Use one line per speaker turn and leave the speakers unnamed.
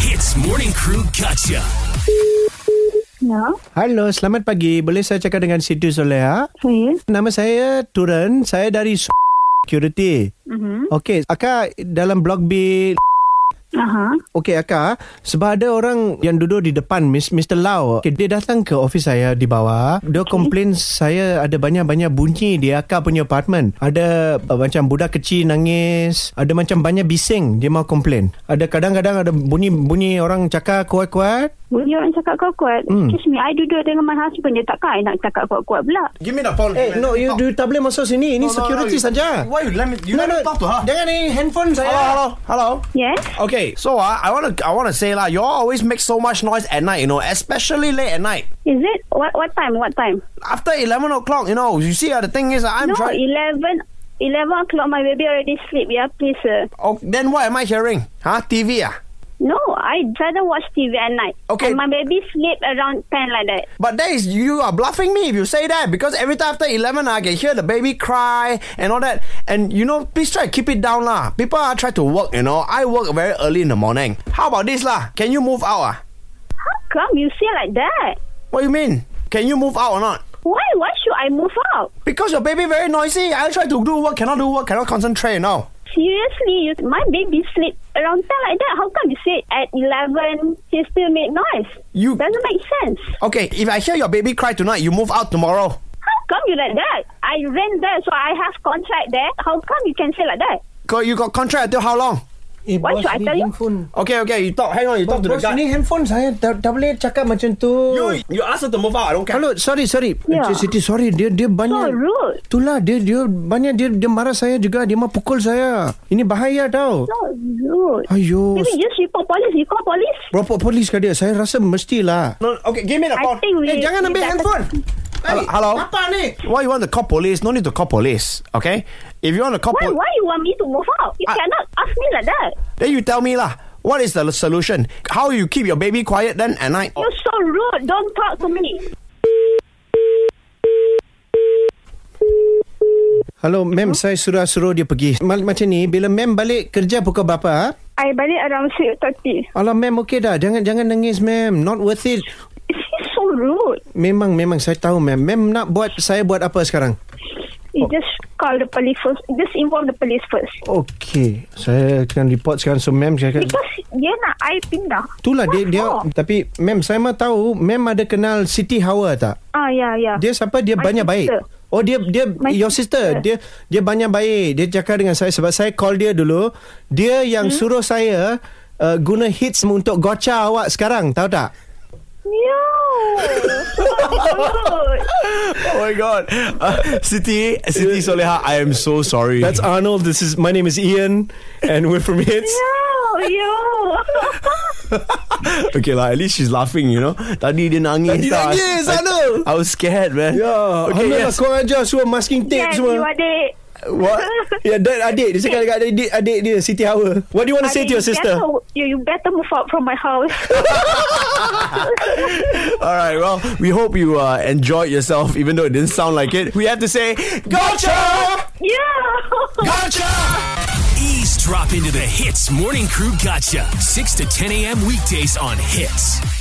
Hits Morning Crew Gotcha.
Ya,
Halo, selamat pagi. Boleh saya cakap dengan Siti Soleha?
saya.
Nama saya Turan. Saya dari S- Security.
Mhm.
Okey, Akak dalam blog B...
Aha.
Okey, Akak. ah, Sebab ada orang yang duduk di depan, Miss, Mr. Lau. Okay, dia datang ke ofis saya di bawah. Dia komplain saya ada banyak-banyak bunyi di Akak punya apartment. Ada uh, macam budak kecil nangis. Ada macam banyak bising dia mau komplain. Ada kadang-kadang ada bunyi-bunyi orang cakap kuat-kuat.
Boleh orang cakap kuat-kuat.
Hmm.
Excuse me, I duduk dengan my husband je. Takkan I nak cakap kuat-kuat pula.
Give me the phone. Oh,
Eh, no, you, you tak boleh masuk sini.
No, no,
Ini
no,
security
you-
saja.
Why you let me? You
No,
let me
no,
talk to her.
Jangan ni handphone saya.
Hello, hello, hello.
Yes?
Okay, so uh, I wanna I wanna say lah, you all always make so much noise at night, you know, especially late at night.
Is it? What what time? What time?
After eleven o'clock, you know. You see, uh, the thing is, uh, I'm
no,
trying.
11... 11 o'clock, my baby already sleep. Yeah, please, sir.
Oh, then what am I hearing? Huh? TV ah.
No, I rather watch TV at night.
Okay.
And my baby sleep around 10 like that.
But that is you are bluffing me if you say that because every time after eleven I can hear the baby cry and all that. And you know, please try to keep it down lah. People are try to work, you know. I work very early in the morning. How about this lah? Can you move out ah?
How come you say like that?
What you mean? Can you move out or not?
Why? Why should I move out?
Because your baby very noisy. I try to do work, cannot do work, cannot concentrate now.
Seriously, you, my baby sleep around 10 like that. How come you say at 11, she still make noise?
You-
Doesn't make sense.
Okay, if I hear your baby cry tonight, you move out tomorrow.
How come you like that? I rent there, so I have contract there. How come you can say like that?
Cause you got contract until how long?
Eh,
Why should I tell you?
handphone.
Okay, okay, you talk. Hang on, you talk to the
Bos,
guy.
ini handphone saya. Tak tak boleh cakap macam tu.
You, you ask her to move out. I don't care.
Hello, sorry, sorry.
Ya.
Encik Siti, sorry. Dia dia
So
banyak...
rude.
Itulah, dia dia banyak dia dia marah saya juga. Dia mau pukul saya. Ini bahaya tau.
So rude.
Ayo.
Maybe just report police. You call police.
Berapa polis ke dia? Saya rasa mestilah.
No, okay, give me the
I
phone.
think we.
Eh, jangan ambil
we better-
handphone.
Hello, hello.
Apa ni?
Why you want to call police? No need to call police. Okay, if you want to call
Why?
police,
Why you want me to move out? You
I-
cannot ask me like that.
then you tell me lah. What is the solution? How you keep your baby quiet then at night?
Oh.
You're so rude. Don't talk to me.
Hello, ma'am. Saya sudah suruh dia pergi. Mal- Macam ni, bila ma'am balik kerja pukul berapa? ah?
I balik around 6.30.
Alah, ma'am okey dah. Jangan jangan nangis, ma'am. Not worth it.
She's so rude.
Memang memang saya tahu ma'am. Ma'am nak buat saya buat apa sekarang? Oh.
You just call the police first. Just inform the police first.
Okey, saya akan report sekarang so ma'am saya akan
Because dia nak I pindah.
Itulah dia dia tapi ma'am saya mah tahu ma'am ada kenal Siti Hawa tak?
Ah, ya, ya.
Dia siapa? Dia
My
banyak baik.
sister.
Oh dia dia
My
your sister.
sister.
Dia dia banyak baik. Dia cakap dengan saya sebab saya call dia dulu. Dia yang hmm? suruh saya uh, guna hits untuk gotcha awak sekarang, tahu tak?
Yo. So rude.
Oh my god, uh, Siti, Siti Soleha, I am so sorry.
Arnold. This is my name is Ian and we're from Hits.
Yo, yo.
Okay lah, at least she's laughing, you know. Tadi dia nangis
Tadi
tau.
nangis,
I,
Arnold.
I was scared, man.
Ya, yeah,
Okay,
okay, yes.
yes.
kau ajar semua masking tape
Yes,
semua.
you adik.
What? Ya, yeah, dan adik. Dia cakap dekat adik, adik dia, Siti Hawa. What do you want to say to
Adik,
your
you
sister?
Better, you, you better move out from my house.
All right, well, we hope you uh, enjoyed yourself, even though it didn't sound like it. We have to say, Gotcha!
yo.
Gotcha!
Eavesdrop into the Hits Morning Crew Gotcha. 6 to 10 a.m. weekdays on Hits.